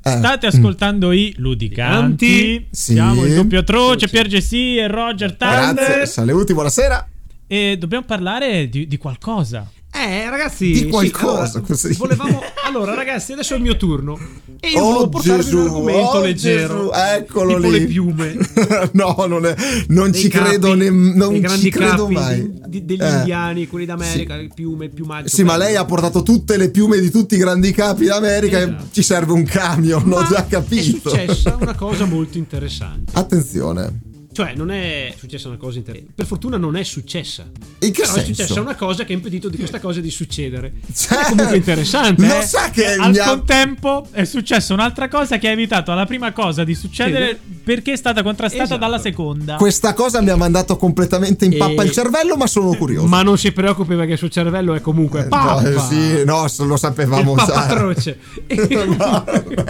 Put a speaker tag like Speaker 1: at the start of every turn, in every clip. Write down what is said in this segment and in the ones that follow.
Speaker 1: State ascoltando i Ludicanti.
Speaker 2: Eh, mm. Sì.
Speaker 1: Siamo il doppio atroce, Pier Gessi e Roger
Speaker 2: Grazie,
Speaker 1: Thunder.
Speaker 2: saluti, buonasera.
Speaker 1: E dobbiamo parlare di, di qualcosa.
Speaker 3: Eh, ragazzi,
Speaker 2: Di
Speaker 3: sì,
Speaker 2: qualcosa,
Speaker 3: allora,
Speaker 2: così.
Speaker 3: volevamo. Allora, ragazzi, adesso è il mio turno. E io volevo portarvi un argomento
Speaker 2: oh Gesù,
Speaker 3: leggero.
Speaker 2: eccolo
Speaker 3: tipo
Speaker 2: lì.
Speaker 3: le piume.
Speaker 2: no, non, è- non
Speaker 3: dei
Speaker 2: ci
Speaker 3: capi,
Speaker 2: credo, ne- non
Speaker 3: dei
Speaker 2: ci
Speaker 3: grandi
Speaker 2: credo
Speaker 3: capi
Speaker 2: mai.
Speaker 3: di- di- degli
Speaker 2: Eh.
Speaker 3: indiani, cioè. quelli d'America, le piume, il piumaggio.
Speaker 2: Sì, ma lei ha portato tutte le piume di tutti i grandi capi d'America e
Speaker 3: Esatto.
Speaker 2: ci serve un camion, l'ho
Speaker 3: Ma
Speaker 2: già capito.
Speaker 3: È successa una cosa molto interessante.
Speaker 2: Attenzione.
Speaker 3: Cioè, non è successa una cosa interessante. Per fortuna non è successa.
Speaker 2: In che
Speaker 3: Però
Speaker 2: senso?
Speaker 3: è successa una cosa che ha impedito di questa cosa di succedere.
Speaker 2: Cioè,
Speaker 3: è comunque interessante.
Speaker 2: Lo
Speaker 3: eh?
Speaker 2: sa che
Speaker 1: Al
Speaker 2: mi ha-
Speaker 1: contempo è successa un'altra cosa che ha evitato alla prima cosa di succedere perché è stata contrastata
Speaker 3: Esatto.
Speaker 1: dalla seconda.
Speaker 2: questa cosa mi ha mandato completamente in pappa
Speaker 3: E-
Speaker 2: il cervello, ma sono curioso.
Speaker 3: Ma non si preoccupi perché il suo cervello è comunque
Speaker 2: Eh,
Speaker 3: pappa.
Speaker 2: No, sì, no, se lo sapevamo
Speaker 3: il
Speaker 2: già.
Speaker 3: pappa atroce. E comunque,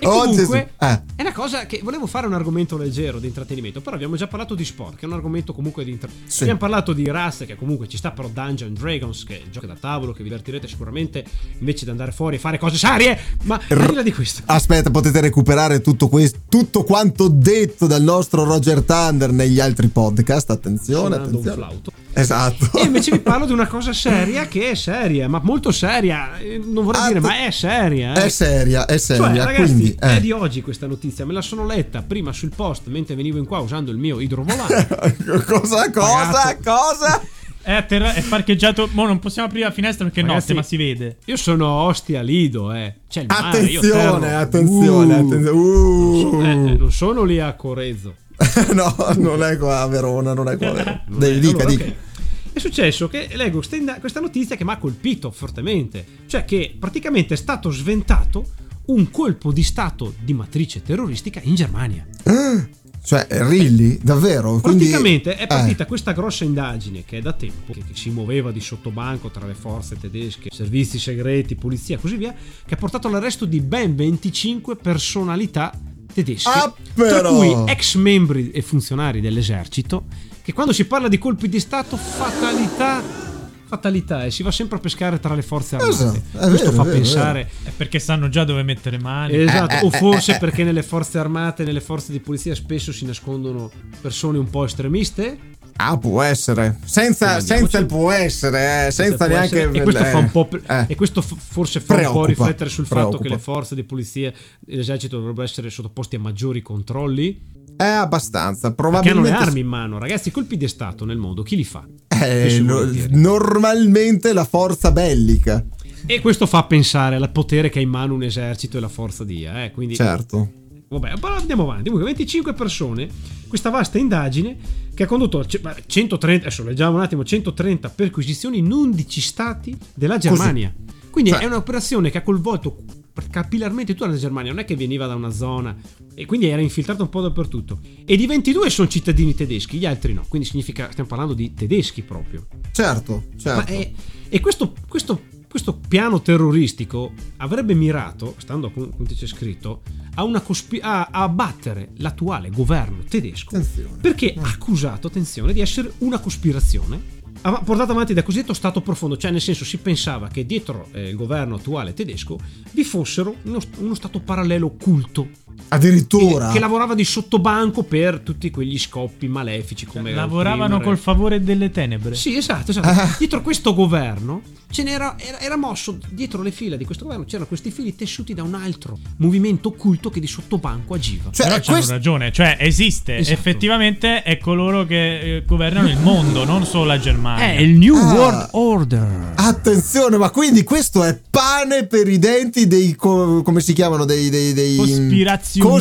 Speaker 3: e
Speaker 2: Oh, Gesù.
Speaker 3: comunque
Speaker 2: Eh.
Speaker 3: è una cosa che volevo fare un argomento leggero di intrattenimento, però abbiamo già parlato di sport, che è un argomento comunque di intrattenimento.
Speaker 2: Sì.
Speaker 3: Abbiamo parlato di Rust, che comunque ci sta, però Dungeon Dragons, che gioca da tavolo, che vi divertirete sicuramente invece di andare fuori e fare cose serie. Ma al di là di questo.
Speaker 2: Aspetta, potete recuperare tutto, questo, tutto quanto detto dal nostro Roger Thunder negli altri podcast. Attenzione,
Speaker 3: suonando un
Speaker 2: attenzione.
Speaker 3: flauto.
Speaker 2: Esatto.
Speaker 3: E invece vi parlo di una cosa seria che è seria, ma molto seria. Eh, Non vorrei
Speaker 2: Ah,
Speaker 3: dire,
Speaker 2: tu-
Speaker 3: ma è seria. eh.
Speaker 2: È seria, è seria.
Speaker 3: Cioè, ragazzi,
Speaker 2: quindi, eh.
Speaker 3: è di oggi questa notizia. Me la sono letta prima sul post mentre venivo in qua usando il mio idrovolante.
Speaker 2: eh. cosa, cosa,
Speaker 3: Pagato.
Speaker 2: cosa?
Speaker 1: È, a terra- è parcheggiato. Mo non possiamo aprire la finestra perché è
Speaker 3: Ragazzi-
Speaker 1: notte, ma si vede.
Speaker 3: Io sono Ostia Lido, eh. C'è il mare, io
Speaker 2: Attenzione,
Speaker 3: terro.
Speaker 2: attenzione,
Speaker 3: Uh.
Speaker 2: attenzione.
Speaker 3: Eh, eh,
Speaker 2: Uh.
Speaker 3: non sono lì a Corezzo.
Speaker 2: no, non è qua a Verona, non è qua a Verona. Dai,
Speaker 3: Eh,
Speaker 2: dica,
Speaker 3: allora,
Speaker 2: dica.
Speaker 3: ok. È successo che leggo questa inda- questa notizia che mi ha colpito fortemente, cioè che praticamente è stato sventato un colpo di stato di matrice terroristica in Germania.
Speaker 2: Cioè, Rilly, davvero? Quindi-
Speaker 3: Praticamente è partita
Speaker 2: eh,
Speaker 3: questa grossa indagine che è da tempo, che, che si muoveva di sottobanco tra le forze tedesche, servizi segreti, polizia e così via, che ha portato all'arresto di ben 25 personalità tedesche,
Speaker 2: Ah,
Speaker 3: tra
Speaker 2: però!
Speaker 3: cui ex membri e funzionari dell'esercito, che quando si parla di colpi di Stato, fatalità, fatalità, e si va sempre a pescare tra le forze armate.
Speaker 2: Esatto, è vero,
Speaker 3: Questo fa
Speaker 2: è vero, è
Speaker 3: pensare...
Speaker 1: È perché sanno già dove mettere mani.
Speaker 3: Esatto,
Speaker 2: Eh, eh,
Speaker 3: o
Speaker 2: eh,
Speaker 3: forse
Speaker 2: eh, eh.
Speaker 3: perché nelle forze armate, nelle forze di polizia spesso si nascondono persone un po' estremiste,
Speaker 2: Ah, può essere. Senza,
Speaker 3: Andiamoci.
Speaker 2: senza il può essere, eh, senza
Speaker 3: Può
Speaker 2: neanche.
Speaker 3: essere- e questo
Speaker 2: eh,
Speaker 3: fa un po' pre-
Speaker 2: eh.
Speaker 3: e questo f- forse fa un po'
Speaker 2: Preoccupa,
Speaker 3: riflettere sul fatto che
Speaker 2: preoccupa.
Speaker 3: le forze di polizia e l'esercito dovrebbero essere sottoposti a maggiori controlli
Speaker 2: Eh, abbastanza.
Speaker 3: che hanno
Speaker 2: Probabilmente.
Speaker 3: le armi in mano ragazzi i colpi di stato nel mondo chi li fa?
Speaker 2: Eh,
Speaker 3: Spesso e
Speaker 2: no-
Speaker 3: volentieri.
Speaker 2: normalmente la forza bellica.
Speaker 3: e questo fa pensare al potere che ha in mano un esercito e la forza di eh, quindi
Speaker 2: Certo.
Speaker 3: Vabbè, però andiamo avanti. Comunque, 25 persone, questa vasta indagine che ha condotto a ce- ma 130, adesso leggiamo un attimo, 130 perquisizioni in 11 stati della Germania. Quindi
Speaker 2: Cioè-
Speaker 3: è un'operazione che ha coinvolto capillarmente tutta la Germania, non è che veniva da una zona e quindi era infiltrata un po' dappertutto. E di 22 sono cittadini tedeschi, gli altri no, quindi significa stiamo parlando di tedeschi proprio.
Speaker 2: Certo,
Speaker 3: Ma
Speaker 2: certo.
Speaker 3: è- e questo, questo- questo piano terroristico avrebbe mirato, stando a com- come c'è scritto, a, una cospi- a, a abbattere l'attuale governo tedesco
Speaker 2: Attenzione.
Speaker 3: perché accusato, attenzione, di essere una cospirazione av- portata avanti da cosiddetto Stato profondo, cioè nel senso si pensava che dietro eh, il governo attuale tedesco vi fossero uno, uno Stato parallelo occulto
Speaker 2: Addirittura.
Speaker 3: che lavorava di sottobanco per tutti quegli scoppi malefici come
Speaker 1: Lavoravano
Speaker 3: opprimere-
Speaker 1: col favore delle tenebre.
Speaker 3: sì, esatto, esatto.
Speaker 2: Ah.
Speaker 3: Dietro questo governo ce n'era, era, era mosso, dietro le fila di questo governo c'erano questi fili tessuti da un altro movimento occulto che di sottobanco agiva.
Speaker 2: Cioè,
Speaker 1: Però c'hanno
Speaker 2: quest-
Speaker 1: ragione, cioè esiste,
Speaker 3: Esatto.
Speaker 1: effettivamente è coloro che eh, governano il mondo, non solo la Germania.
Speaker 3: È Eh, il New
Speaker 2: Ah.
Speaker 3: World Order.
Speaker 2: Attenzione, ma quindi questo è pane per i denti dei. co- come si chiamano? Dei. dei, dei mm,
Speaker 1: Cospirazionisti.
Speaker 3: Ora,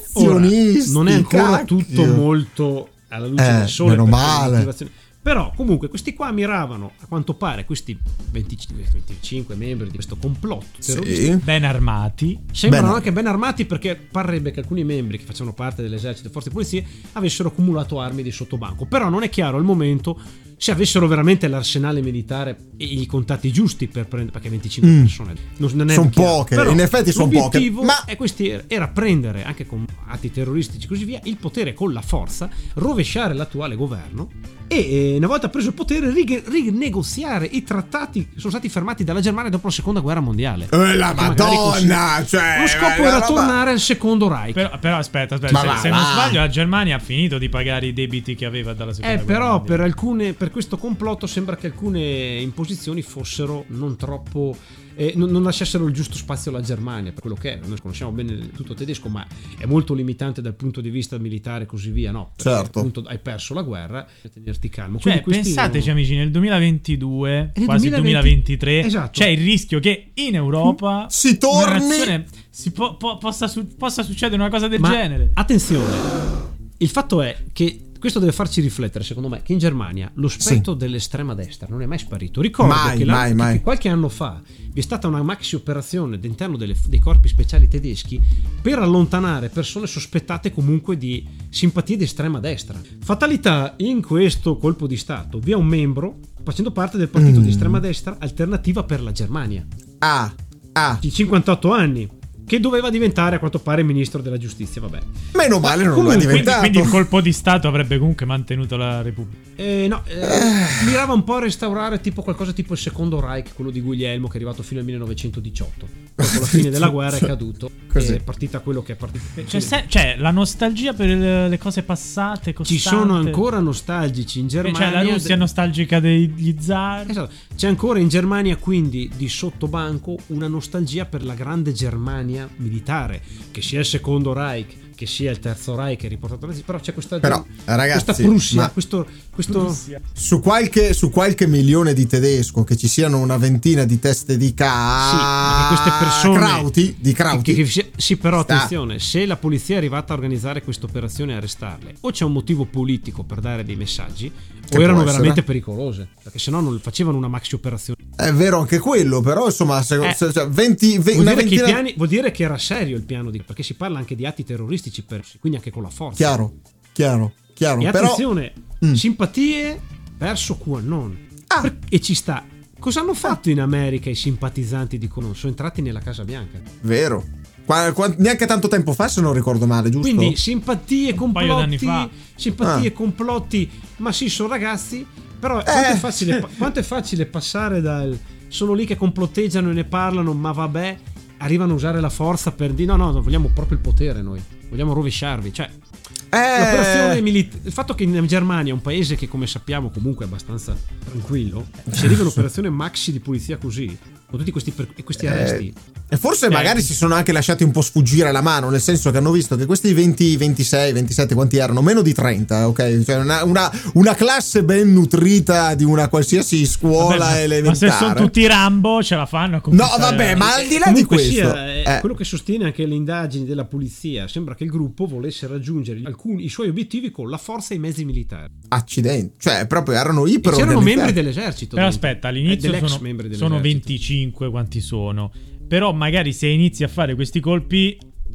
Speaker 2: Cospirazionisti.
Speaker 3: non è ancora
Speaker 2: cacchio.
Speaker 3: tutto molto alla luce
Speaker 2: Eh,
Speaker 3: del sole.
Speaker 2: meno
Speaker 3: perché
Speaker 2: male.
Speaker 3: le motivazioni- Però comunque questi qua miravano, a quanto pare, questi 25, 25 membri di questo complotto terroristico
Speaker 2: Sì.
Speaker 1: Ben armati.
Speaker 3: Sembrano
Speaker 2: Bene.
Speaker 3: anche ben armati perché parrebbe che alcuni membri che facevano parte dell'esercito e forze di polizia avessero accumulato armi di sottobanco. Però non è chiaro al momento se avessero veramente l'arsenale militare e i contatti giusti per prendere, perché 25
Speaker 2: Mm.
Speaker 3: persone non, non è
Speaker 2: Son
Speaker 3: chiaro.
Speaker 2: poche, in effetti son poche,
Speaker 3: l'obiettivo
Speaker 2: ma-
Speaker 3: è questi- era prendere anche con atti terroristici e così via il potere con la forza, rovesciare l'attuale governo e eh, una volta preso il potere rig- rinegoziare i trattati che sono stati fermati dalla Germania dopo la seconda guerra mondiale.
Speaker 2: Eh, la
Speaker 3: Perché magari
Speaker 2: Madonna, cioè,
Speaker 3: lo scopo
Speaker 2: ma-
Speaker 3: era
Speaker 2: ma-
Speaker 3: tornare al secondo Reich.
Speaker 1: Però, però aspetta, aspetta,
Speaker 2: Ma
Speaker 1: se,
Speaker 2: va,
Speaker 1: se non
Speaker 2: va.
Speaker 1: sbaglio la Germania ha finito di pagare i debiti che aveva dalla seconda
Speaker 3: Eh,
Speaker 1: guerra
Speaker 3: però per,
Speaker 1: mondiale.
Speaker 3: alcune, per questo complotto sembra che alcune imposizioni fossero non troppo. eh, non, non lasciassero il giusto spazio alla Germania, per quello che è. Noi conosciamo bene il tutto tedesco, ma è molto limitante dal punto di vista militare e così via, no? Perché
Speaker 2: Certo.
Speaker 3: appunto hai perso la guerra, devi tenerti calmo.
Speaker 1: Cioè,
Speaker 3: Quindi questi
Speaker 1: pensateci,
Speaker 3: non-
Speaker 1: amici, nel 2022,
Speaker 3: Nel
Speaker 1: quasi
Speaker 3: 2020,
Speaker 1: 2023,
Speaker 3: esatto.
Speaker 1: c'è il rischio che in Europa
Speaker 2: Mm. Si torni-
Speaker 1: una nazione si po- po- possa, su- possa succedere una cosa del
Speaker 3: Ma
Speaker 1: genere.
Speaker 3: Attenzione, il fatto è che. Questo deve farci riflettere, secondo me, che in Germania lo spettro dell'estrema destra non è mai sparito. Ricordo
Speaker 2: Mai,
Speaker 3: che, la-
Speaker 2: mai,
Speaker 3: che
Speaker 2: mai.
Speaker 3: qualche anno fa vi è stata una maxi operazione all'interno delle- dei corpi speciali tedeschi per allontanare persone sospettate comunque di simpatie di estrema destra. Fatalità, in questo colpo di Stato vi è un membro facendo parte del partito
Speaker 2: Mm.
Speaker 3: di estrema destra Alternativa per la Germania
Speaker 2: Ah, ah.
Speaker 3: di 58 anni, che doveva diventare a quanto pare ministro della giustizia, vabbè.
Speaker 2: Meno male non lo è
Speaker 3: Comunque,
Speaker 1: Quindi,
Speaker 2: diventato.
Speaker 1: quindi il colpo di Stato avrebbe comunque mantenuto la Repubblica.
Speaker 3: Eh, no, eh, mirava un po' a restaurare tipo qualcosa tipo il secondo Reich, quello di Guglielmo che è arrivato fino al 1918. Dopo la fine della guerra è caduto.
Speaker 2: Così.
Speaker 3: È partita quello che è partito.
Speaker 1: Cioè, se- cioè, la nostalgia per il- le cose passate, costante.
Speaker 3: Ci sono ancora nostalgici in Germania.
Speaker 1: Cioè, la Russia nostalgica degli zar.
Speaker 3: Esatto. C'è ancora in Germania, quindi, di sottobanco, una nostalgia per la grande Germania militare, che sia il secondo Reich, che sia il terzo Reich, riportato alla però c'è questa,
Speaker 2: Però, ragazzi,
Speaker 3: questa Prussia,
Speaker 2: ma-
Speaker 3: questo, questo-
Speaker 2: Su qualche, su qualche milione di tedesco che ci siano una ventina di teste di ca...
Speaker 3: Sì, ma che queste persone.
Speaker 2: Crauti, di crauti.
Speaker 3: Che- che- sì, però
Speaker 2: Sta.
Speaker 3: attenzione: se la polizia è arrivata a organizzare questa operazione e arrestarle, o c'è un motivo politico per dare dei messaggi,
Speaker 2: Che
Speaker 3: o erano
Speaker 2: può essere.
Speaker 3: veramente pericolose, perché sennò non facevano una maxi operazione.
Speaker 2: È vero anche quello, però insomma, se-
Speaker 3: Eh,
Speaker 2: se- cioè, 20, ve-
Speaker 3: Vuol
Speaker 2: una
Speaker 3: dire, che i
Speaker 2: ventina...
Speaker 3: piani- vuol dire che era serio il piano, di, perché si parla anche di atti terroristici, per- quindi anche con la forza.
Speaker 2: Chiaro, chiaro, chiaro.
Speaker 3: E
Speaker 2: Però,
Speaker 3: attenzione,
Speaker 2: Mm.
Speaker 3: simpatie verso QAnon.
Speaker 2: Ah.
Speaker 3: Per- E ci sta. Cosa hanno fatto in America i simpatizzanti di QAnon? Sono entrati nella Casa Bianca.
Speaker 2: vero. Qua- qua- neanche tanto tempo fa, se non ricordo male, giusto?
Speaker 3: Quindi simpatie,
Speaker 1: paio d'anni
Speaker 3: complotti,
Speaker 1: fa.
Speaker 3: simpatie,
Speaker 2: Ah. Eh.
Speaker 3: complotti, ma sì, sono ragazzi, però quanto, è facile, pa- quanto è facile passare dal... Sono lì che complotteggiano e ne parlano, ma vabbè, arrivano a usare la forza per dire no, no, no, vogliamo proprio il potere noi, vogliamo rovesciarvi, cioè L'operazione
Speaker 2: eh,
Speaker 3: militare. Il fatto che in Germania, un paese che come sappiamo comunque è abbastanza tranquillo, se arriva un'operazione maxi di pulizia così, con tutti questi, per- e
Speaker 2: Eh.
Speaker 3: questi arresti,
Speaker 2: e forse
Speaker 1: Eh.
Speaker 2: magari si sono anche lasciati un po' sfuggire la mano, nel senso che hanno visto che questi 20, 26, 27, quanti erano? Meno di 30, ok? Cioè una, una- una classe ben nutrita di una qualsiasi
Speaker 1: Vabbè,
Speaker 2: scuola
Speaker 1: ma- ma se
Speaker 2: elementare.
Speaker 1: sono tutti Rambo, ce la fanno a
Speaker 2: No,
Speaker 1: conquistare-
Speaker 2: vabbè, ma al di là di
Speaker 3: Eh, Comunque
Speaker 2: questo...
Speaker 3: sia, eh,
Speaker 2: eh,
Speaker 3: quello che sostiene anche le indagini della polizia, sembra che il gruppo volesse raggiungere alcuni, i suoi obiettivi con la forza e i mezzi militari.
Speaker 2: Accidenti, cioè proprio erano
Speaker 3: E
Speaker 2: iper
Speaker 3: c'erano
Speaker 2: organizzati.
Speaker 3: membri dell'esercito.
Speaker 1: Però
Speaker 3: dentro.
Speaker 1: aspetta,
Speaker 3: Eh,
Speaker 1: all'inizio
Speaker 3: dell'ex
Speaker 1: sono,
Speaker 3: membri
Speaker 1: sono
Speaker 3: dell'esercito.
Speaker 1: 25 quanti sono. Però magari se inizi a fare questi colpi avvicini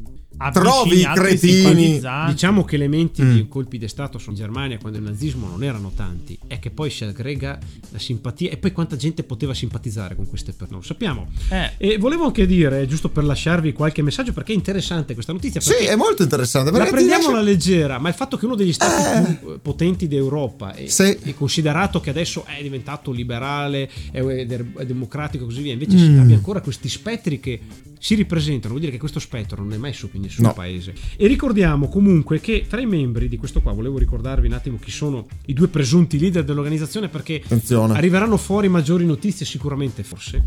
Speaker 2: Trovi i
Speaker 1: altri
Speaker 2: cretini.
Speaker 1: simpatizzanti.
Speaker 3: Diciamo che elementi
Speaker 2: Mm.
Speaker 3: di colpi di Stato sono in Germania quando il nazismo non erano tanti, è che poi si aggrega la simpatia e poi quanta gente poteva simpatizzare con queste persone, non lo sappiamo.
Speaker 1: Eh,
Speaker 3: E volevo anche dire, giusto per lasciarvi qualche messaggio, perché è interessante questa notizia.
Speaker 2: Sì,
Speaker 3: perché
Speaker 2: è molto interessante.
Speaker 3: la
Speaker 2: perché ti
Speaker 3: prendiamo
Speaker 2: lascia-
Speaker 3: alla leggera, ma il fatto che uno degli stati più eh, potenti d'Europa è,
Speaker 2: Sì.
Speaker 3: è considerato che adesso è diventato liberale, è, è de- è democratico e così via, invece
Speaker 2: Mm.
Speaker 3: si abbia ancora questi spettri che si ripresentano, vuol dire che questo spettro non è mai su in nessun
Speaker 2: No.
Speaker 3: paese. E ricordiamo comunque che tra i membri di questo qua, volevo ricordarvi un attimo chi sono i due presunti leader dell'organizzazione
Speaker 2: Eh.
Speaker 3: perché
Speaker 2: Attenzione.
Speaker 3: Arriveranno fuori maggiori notizie sicuramente, forse.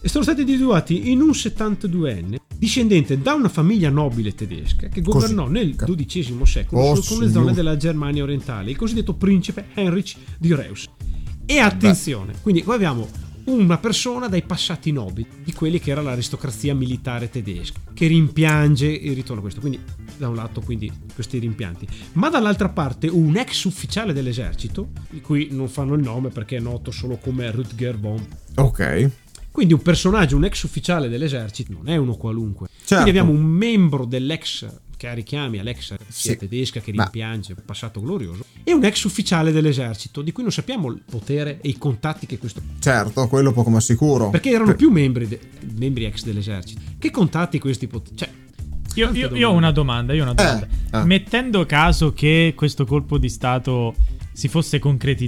Speaker 3: E sono stati individuati in un 72enne discendente da una famiglia nobile tedesca che governò nel XII secolo
Speaker 2: Oh,
Speaker 3: su alcune
Speaker 2: signor.
Speaker 3: zone della Germania orientale, il cosiddetto principe Heinrich di Reus. E attenzione, quindi qua abbiamo una persona dai passati nobili, di quelli che era l'aristocrazia militare tedesca, che rimpiange il ritorno a questo. Quindi da un lato quindi questi rimpianti, ma dall'altra parte un ex ufficiale dell'esercito, di cui non fanno il nome perché è noto solo come Rutger von.
Speaker 2: Ok.
Speaker 3: Quindi un personaggio, un ex ufficiale dell'esercito, non è uno qualunque.
Speaker 2: Certo.
Speaker 3: Quindi abbiamo un membro dell'ex che ha richiami all'ex
Speaker 2: Sì.
Speaker 3: tedesca che
Speaker 2: Ma-
Speaker 3: rimpiange un passato glorioso e un ex ufficiale dell'esercito, di cui non sappiamo il potere e i contatti che questo
Speaker 2: Certo, quello poco ma sicuro.
Speaker 3: perché erano più membri, de- membri ex dell'esercito. Che contatti questi poteri? Cioè,
Speaker 1: Io,
Speaker 3: tante
Speaker 1: io- io
Speaker 3: domande.
Speaker 1: ho una domanda, io ho una domanda.
Speaker 2: eh.
Speaker 1: Mettendo caso che questo colpo di Stato si fosse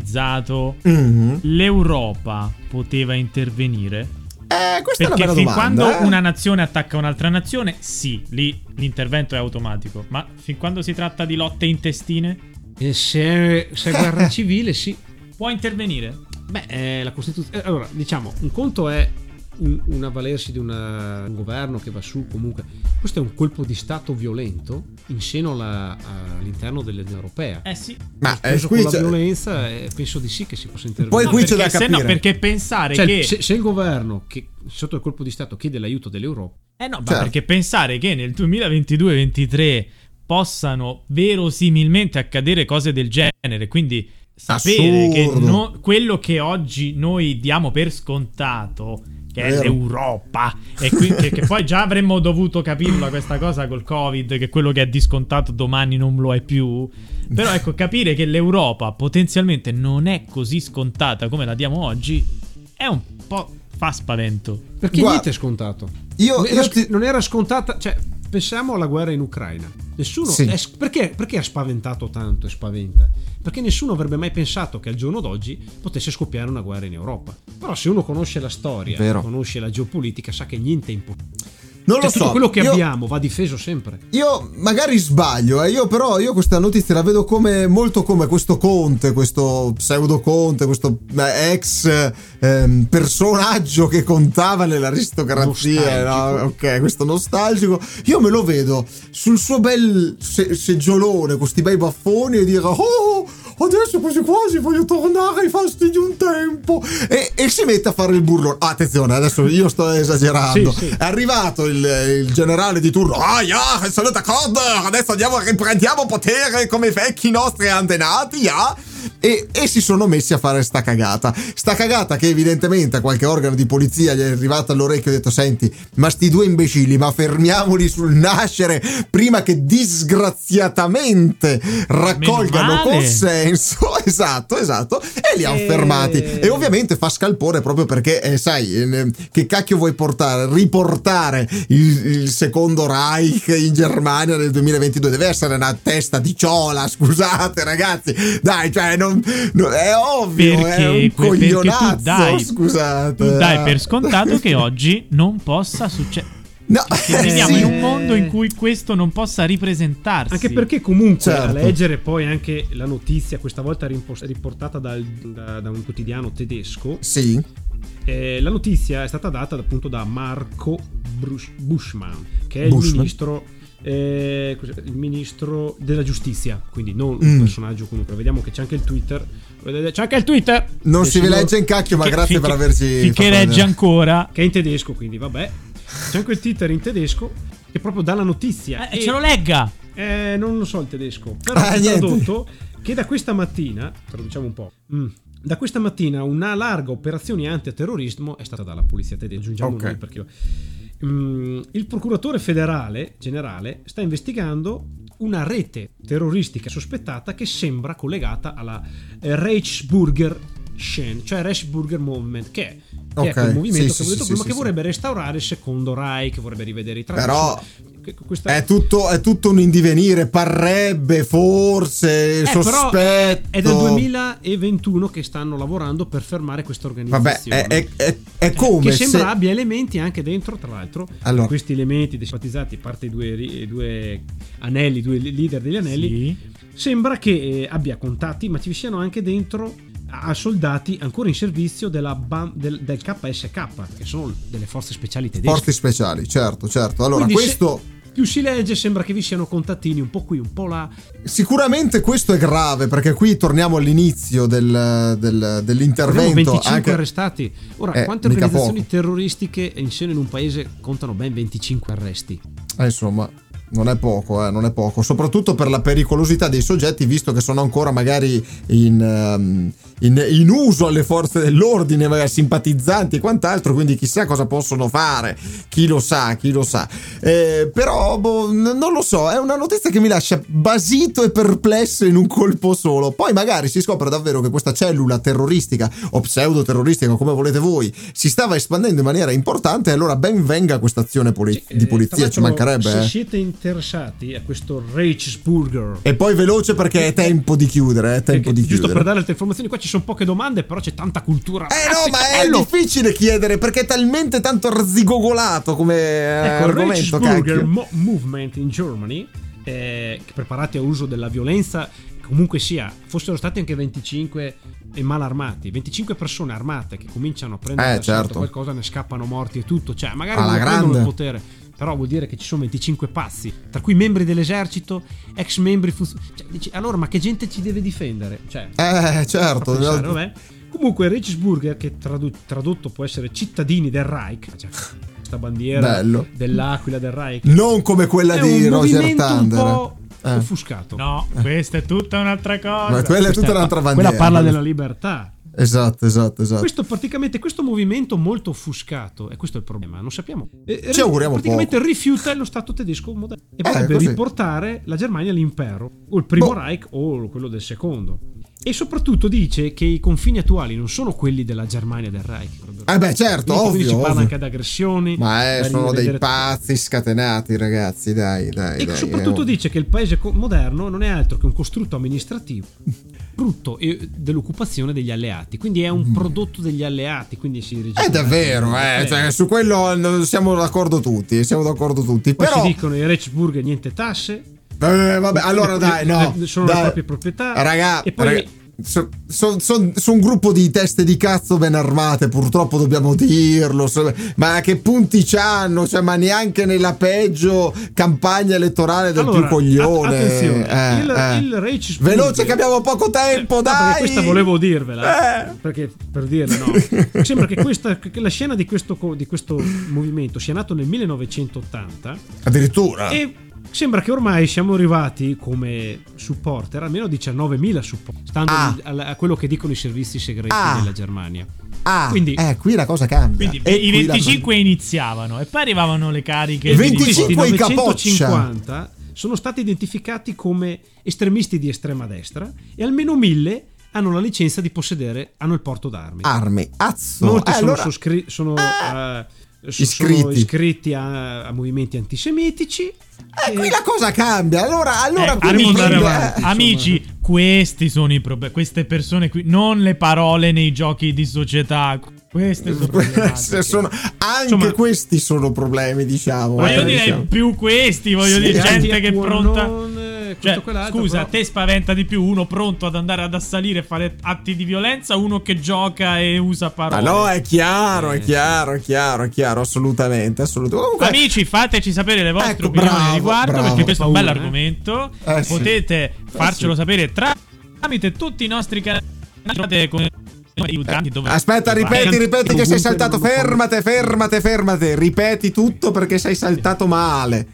Speaker 1: concretizzato,
Speaker 2: Mhm.
Speaker 1: l'Europa poteva intervenire?
Speaker 2: Eh, questa è una
Speaker 1: Perché
Speaker 2: bella
Speaker 1: fin
Speaker 2: domanda.
Speaker 1: quando
Speaker 2: eh.
Speaker 1: una nazione attacca un'altra nazione, sì, lì l'intervento è automatico. Ma fin quando si tratta di lotte intestine,
Speaker 3: eh, se, se è guerra civile, sì.
Speaker 1: può intervenire?
Speaker 3: Beh, eh, la Costituzione. eh, allora, diciamo, un conto è un, un avvalersi di una- un governo che va su comunque. Questo è un colpo di Stato violento in seno alla- all'interno dell'Unione Europea.
Speaker 1: Eh sì.
Speaker 2: Ma eh,
Speaker 3: Preso
Speaker 2: qui
Speaker 3: con la
Speaker 2: c'è-
Speaker 3: violenza, eh, penso di sì che si possa intervenire.
Speaker 2: Poi qui c'è
Speaker 1: perché
Speaker 2: da
Speaker 1: se no,
Speaker 2: capire.
Speaker 1: perché pensare
Speaker 3: Cioè,
Speaker 1: che
Speaker 3: se, se il governo che sotto il colpo di Stato chiede l'aiuto dell'Europa,
Speaker 1: Eh no, ma
Speaker 2: Certo.
Speaker 1: perché pensare che nel 2022-23 possano verosimilmente accadere cose del genere, quindi sapere che
Speaker 2: Assurdo.
Speaker 1: no- quello che oggi noi diamo per scontato, che è
Speaker 2: Vero.
Speaker 1: l'Europa, e qui- che, che poi già avremmo dovuto capirla questa cosa col Covid, che quello che è di scontato domani non lo è più, però ecco, capire che l'Europa potenzialmente non è così scontata come la diamo oggi è un po' fa spavento.
Speaker 3: perché
Speaker 2: Guarda,
Speaker 3: niente è scontato.
Speaker 2: io-
Speaker 3: non, era,
Speaker 2: io ti-
Speaker 3: non era scontata, cioè, pensiamo alla guerra in Ucraina. Nessuno
Speaker 2: Sì.
Speaker 3: è- perché, perché ha spaventato tanto e spaventa? Perché nessuno avrebbe mai pensato che al giorno d'oggi potesse scoppiare una guerra in Europa. Però se uno conosce la storia,
Speaker 2: Vero.
Speaker 3: conosce la geopolitica, sa che niente è importante.
Speaker 2: non
Speaker 3: Cioè,
Speaker 2: lo
Speaker 3: tutto
Speaker 2: so.
Speaker 3: quello che
Speaker 2: io,
Speaker 3: abbiamo va difeso sempre.
Speaker 2: Io magari sbaglio, eh, io però io questa notizia la vedo come molto come questo Conte, questo pseudo Conte, questo eh, ex eh, ehm, personaggio che contava nell'aristocrazia, no? ok, questo nostalgico. Io me lo vedo sul suo bel se- seggiolone, con questi bei baffoni e dire "Oh, adesso quasi quasi voglio tornare ai fasti di un tempo" e, e si mette a fare il burlone. Ah, attenzione, adesso io sto esagerando.
Speaker 3: Sì, sì.
Speaker 2: È arrivato il, il generale di turno. Ah, yeah, sono d'accordo. Adesso andiamo, riprendiamo potere come i vecchi nostri antenati. yeah." E, e si sono messi a fare sta cagata. Sta cagata che evidentemente a qualche organo di polizia gli è arrivata all'orecchio e ha detto: Senti, ma sti due imbecilli, ma fermiamoli sul nascere prima che disgraziatamente raccolgano
Speaker 1: male.
Speaker 2: consenso. Esatto, esatto. E li ha
Speaker 1: Eh.
Speaker 2: fermati. E ovviamente fa scalpore proprio perché, eh, sai, eh, che cacchio vuoi portare? Riportare il, il secondo Reich in Germania nel 2022 deve essere una testa di ciola, scusate ragazzi. Dai, cioè, non, non- è ovvio, è un
Speaker 1: perché, que- perché
Speaker 2: coglionazzo,
Speaker 1: tu dai,
Speaker 2: scusate.
Speaker 1: tu dai per scontato che oggi non possa succedere.
Speaker 2: No,
Speaker 1: Che viviamo
Speaker 2: sì.
Speaker 1: in un mondo in cui questo non possa ripresentarsi.
Speaker 3: Anche perché comunque
Speaker 2: Certo.
Speaker 3: a leggere poi anche la notizia, questa volta rimpos- riportata dal- da- da un quotidiano tedesco,
Speaker 2: Sì,
Speaker 3: Eh, la notizia è stata data appunto da Marco Brush- Bushman, che è il
Speaker 2: Bushman.
Speaker 3: ministro. eh, cos'è? il ministro della giustizia, quindi non
Speaker 2: Mm.
Speaker 3: un personaggio comunque. Vediamo che c'è anche il Twitter. Vedete, C'è anche il Twitter!
Speaker 2: non
Speaker 3: Del
Speaker 2: si vi
Speaker 3: signor-
Speaker 2: legge in cacchio, ma
Speaker 1: Che-
Speaker 2: grazie
Speaker 1: finché-
Speaker 2: per averci
Speaker 1: Finché
Speaker 2: fatto
Speaker 1: regge
Speaker 2: vedere.
Speaker 1: ancora.
Speaker 3: Che è in tedesco, quindi vabbè. C'è anche il Twitter in tedesco che proprio dà la notizia.
Speaker 1: Eh,
Speaker 3: e-
Speaker 1: ce lo legga.
Speaker 3: eh, non lo so il tedesco, però
Speaker 2: Ah,
Speaker 3: ho
Speaker 2: niente.
Speaker 3: tradotto che da questa mattina, traduciamo un po', mm, da questa mattina una larga operazione antiterrorismo è stata dalla polizia tedesca, aggiungiamo
Speaker 2: Ok.
Speaker 3: noi perché... Mm, il procuratore federale generale sta investigando una rete terroristica sospettata che sembra collegata alla eh, Reichsburger Shen, cioè Reichsburger Movement, che è, che è
Speaker 2: Ok,
Speaker 3: quel movimento
Speaker 2: sì,
Speaker 3: che
Speaker 2: sì,
Speaker 3: avevo detto
Speaker 2: sì,
Speaker 3: prima
Speaker 2: sì,
Speaker 3: che
Speaker 2: sì.
Speaker 3: vorrebbe restaurare il secondo Reich, che vorrebbe rivedere i trattati.
Speaker 2: Però-
Speaker 3: insomma, che- questa-
Speaker 2: È tutto, è tutto un indivenire, parrebbe, forse,
Speaker 3: Eh, però
Speaker 2: sospetto.
Speaker 3: È dal 2021 che stanno lavorando per fermare questa
Speaker 2: Vabbè,
Speaker 3: organizzazione.
Speaker 2: è, è- è- è
Speaker 3: Eh, che
Speaker 2: come
Speaker 3: sembra
Speaker 2: se...
Speaker 3: abbia elementi anche dentro, tra l'altro,
Speaker 2: Allora.
Speaker 3: questi elementi despatizzati, a parte i due, ri- i due anelli, i due li- leader degli anelli,
Speaker 1: Sì.
Speaker 3: sembra che eh, abbia contatti, ma ci siano anche dentro a a soldati ancora in servizio della Bam- del, del KSK, che sono delle forze speciali tedesche.
Speaker 2: Porti speciali, certo, certo. Allora,
Speaker 3: Quindi se-
Speaker 2: questo...
Speaker 3: più si legge, sembra che vi siano contattini un po' qui, un po' là.
Speaker 2: Sicuramente questo è grave, perché qui torniamo all'inizio del- del-
Speaker 3: Abbiamo
Speaker 2: dell'intervento.
Speaker 3: 25
Speaker 2: anche-
Speaker 3: arrestati. Ora,
Speaker 2: Eh,
Speaker 3: quante
Speaker 2: mica
Speaker 3: organizzazioni
Speaker 2: poco.
Speaker 3: terroristiche in seno in un paese contano ben 25 arresti?
Speaker 2: Eh, insomma, non è poco, eh, non è poco, soprattutto per la pericolosità dei soggetti, visto che sono ancora magari in, ehm, in- in uso alle forze dell'ordine, magari simpatizzanti e quant'altro, quindi chissà cosa possono fare, chi lo sa, chi lo sa. Eh, però boh, n- non lo so, è una notizia che mi lascia basito e perplesso in un colpo solo. Poi magari si scopre davvero che questa cellula terroristica o pseudo-terroristica, come volete voi, si stava espandendo in maniera importante, e allora ben venga questa azione poli-
Speaker 3: Sì,
Speaker 2: di
Speaker 3: eh, tra
Speaker 2: polizia, ci
Speaker 3: l'altro,
Speaker 2: mancherebbe.
Speaker 3: Se
Speaker 2: eh.
Speaker 3: siete interessati a questo Reichsburger,
Speaker 2: E poi veloce perché è tempo di chiudere, è tempo
Speaker 3: perché
Speaker 2: di
Speaker 3: giusto
Speaker 2: chiudere.
Speaker 3: per dare altre informazioni, qua ci sono poche domande, però c'è tanta cultura.
Speaker 2: Eh no, ma è
Speaker 3: Bello!
Speaker 2: difficile chiedere perché è talmente tanto arzigogolato come eh,
Speaker 3: Ecco, il
Speaker 2: argomento,
Speaker 3: Reichsburger
Speaker 2: cacchio.
Speaker 3: Mo- Movement in Germany, eh, che preparati all'uso della violenza, comunque sia, fossero stati anche 25 e mal armati, 25 persone armate che cominciano a prendere
Speaker 2: Eh,
Speaker 3: d'assalto
Speaker 2: certo.
Speaker 3: qualcosa, ne scappano morti e tutto, cioè magari
Speaker 2: Alla
Speaker 3: non prendono il
Speaker 2: grande.
Speaker 3: potere, però vuol dire che ci sono 25 pazzi, tra cui membri dell'esercito, ex membri funz- cioè, dici, allora ma che gente ci deve difendere? Cioè,
Speaker 2: Eh,
Speaker 3: fa
Speaker 2: certo.
Speaker 3: pensare,
Speaker 2: no.
Speaker 3: vabbè. Comunque, Reichsburger, che tradu- tradotto può essere cittadini del Reich, cioè, questa bandiera
Speaker 2: Bello.
Speaker 3: dell'aquila del Reich,
Speaker 2: Non come quella
Speaker 3: è
Speaker 2: di Roger
Speaker 3: un movimento un
Speaker 2: Thunder.
Speaker 3: po'
Speaker 2: Eh.
Speaker 3: offuscato.
Speaker 1: No, questa è tutta un'altra cosa.
Speaker 2: Ma quella è
Speaker 3: Questa
Speaker 2: tutta un'altra bandiera.
Speaker 3: Quella parla della libertà.
Speaker 2: Esatto, esatto, esatto.
Speaker 3: Questo praticamente, questo movimento molto offuscato, e questo è il problema, non sappiamo. E- e-
Speaker 2: Ci auguriamo
Speaker 3: Praticamente rifiuta lo Stato tedesco moderno e
Speaker 2: Eh,
Speaker 3: potrebbe
Speaker 2: così.
Speaker 3: riportare la Germania all'impero, o il primo
Speaker 2: Boh.
Speaker 3: Reich o quello del secondo. E soprattutto dice che i confini attuali non sono quelli della Germania del Reich.
Speaker 2: Eh beh, certo,
Speaker 3: Quindi
Speaker 2: ovvio,
Speaker 3: si parla
Speaker 2: ovvio.
Speaker 3: anche di aggressioni.
Speaker 2: Ma eh,
Speaker 3: da
Speaker 2: sono dei
Speaker 3: rivedere-
Speaker 2: pazzi scatenati, ragazzi, dai, dai.
Speaker 3: E
Speaker 2: dai,
Speaker 3: soprattutto
Speaker 2: eh,
Speaker 3: dice che il paese co- moderno non è altro che un costrutto amministrativo brutto e eh, dell'occupazione degli alleati. Quindi è un prodotto degli alleati. Quindi si
Speaker 2: Mm. È davvero, eh, cioè, su quello eh, siamo d'accordo tutti, siamo d'accordo tutti.
Speaker 3: Poi
Speaker 2: Però
Speaker 3: ci dicono i Reichsburger niente tasse.
Speaker 2: Eh, vabbè, allora dai, no.
Speaker 3: Eh, sono
Speaker 2: dai.
Speaker 3: le proprie proprietà.
Speaker 2: Raga,
Speaker 3: E poi-
Speaker 2: sono un gruppo di teste di cazzo ben armate, purtroppo dobbiamo dirlo. so- Ma che punti c'hanno? Cioè, ma neanche nella peggio campagna elettorale del
Speaker 3: Allora,
Speaker 2: più coglione.
Speaker 3: att- attenzione,
Speaker 2: Eh,
Speaker 3: il-
Speaker 2: eh.
Speaker 3: il Reichsburger-
Speaker 2: Veloce che abbiamo poco tempo,
Speaker 3: Eh, no,
Speaker 2: dai!
Speaker 3: perché questa volevo dirvela.
Speaker 2: Eh.
Speaker 3: Perché per dirla, no. Sembra che, questa, che la scena di questo, co- di questo movimento sia nato nel 1980
Speaker 2: Addirittura.
Speaker 3: e sembra che ormai siamo arrivati come supporter almeno 19.000 supporter, stando
Speaker 2: Ah.
Speaker 3: al- a quello che dicono i servizi segreti
Speaker 2: Ah.
Speaker 3: della Germania.
Speaker 2: ah,
Speaker 3: quindi-
Speaker 2: eh, qui la cosa cambia.
Speaker 1: Quindi
Speaker 2: E
Speaker 1: i
Speaker 2: qui la-
Speaker 1: 25 iniziavano e poi arrivavano le cariche.
Speaker 2: I
Speaker 1: di
Speaker 2: 25
Speaker 1: risposta.
Speaker 2: i
Speaker 3: Questi
Speaker 2: capoccia.
Speaker 3: 950 sono stati identificati come estremisti di estrema destra e almeno 1000 hanno la licenza di possedere, hanno il porto d'armi.
Speaker 2: Armi, azzo.
Speaker 3: Molti
Speaker 2: Ah. Eh,
Speaker 3: sono,
Speaker 2: allora-
Speaker 3: soscri- sono,
Speaker 2: Ah.
Speaker 3: eh, so- sono
Speaker 2: Iscritti.
Speaker 3: iscritti a, a movimenti antisemitici.
Speaker 2: Eh, qui
Speaker 3: E-
Speaker 2: la cosa cambia. Allora, allora
Speaker 1: Ecco,
Speaker 2: qui
Speaker 1: amici,
Speaker 2: riprende-
Speaker 3: andare
Speaker 2: eh,
Speaker 3: avanti.
Speaker 1: amici, questi sono i problemi. Queste persone qui, non le parole nei giochi di società. Queste sono
Speaker 2: Se
Speaker 1: problematiche.
Speaker 2: sono- anche
Speaker 1: Insomma-
Speaker 2: questi sono problemi, diciamo.
Speaker 1: Ma io
Speaker 2: eh,
Speaker 1: direi
Speaker 2: diciamo.
Speaker 1: più questi, voglio
Speaker 2: Sì, eh,
Speaker 1: dire,
Speaker 2: anche
Speaker 1: gente che è pronta.
Speaker 3: Cioè,
Speaker 1: Cioè, scusa, te spaventa di più uno pronto ad andare ad assalire e fare atti di violenza, uno che gioca e usa
Speaker 2: Ma
Speaker 1: parole.
Speaker 2: Ah, no, eh, è chiaro,
Speaker 1: Eh,
Speaker 2: è chiaro, è chiaro, è chiaro, assolutamente, assolutamente. Comunque,
Speaker 1: Amici, fateci sapere le vostre
Speaker 2: Ecco,
Speaker 1: opinioni
Speaker 2: bravo,
Speaker 1: al riguardo
Speaker 2: bravo.
Speaker 1: perché questo è un
Speaker 3: Paura,
Speaker 1: bell'argomento.
Speaker 2: Eh, sì.
Speaker 1: Potete farcelo
Speaker 2: sì.
Speaker 1: sapere tra- tramite tutti i nostri canali. Trovate con- aiutanti dove-
Speaker 2: eh, aspetta,
Speaker 1: dove-
Speaker 2: ripeti,
Speaker 3: Vai.
Speaker 2: ripeti che sei saltato.
Speaker 3: Ovunque,
Speaker 2: Fermate, fermate, fermate. Ripeti tutto perché sei saltato male.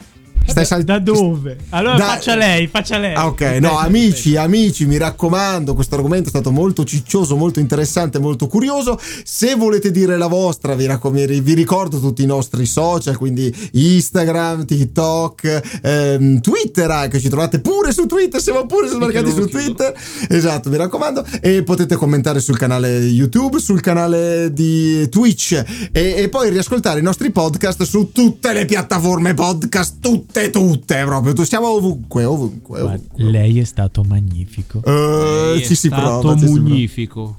Speaker 2: Stai sal-
Speaker 1: Eh, Da dove? Allora
Speaker 2: Da-
Speaker 1: faccia lei, faccia lei.
Speaker 2: Ah, ok, no, amici, amici, mi raccomando, questo argomento è stato molto ciccioso, molto interessante, molto curioso. Se volete dire la vostra, vi, raccom- vi ricordo tutti i nostri social, quindi Instagram, TikTok, ehm, Twitter anche, ci trovate pure su Twitter, siamo pure sbarcati
Speaker 3: loro
Speaker 2: su
Speaker 3: chiudono.
Speaker 2: Twitter. Esatto, mi raccomando. E potete commentare sul canale YouTube, sul canale di Twitch e, e poi riascoltare i nostri podcast su tutte le piattaforme podcast, tutte, tutte, proprio. Tu- Siamo ovunque, ovunque, ovunque.
Speaker 1: Lei è stato magnifico.
Speaker 2: Eh, ci si prova. ci si prova.
Speaker 3: Magnifico.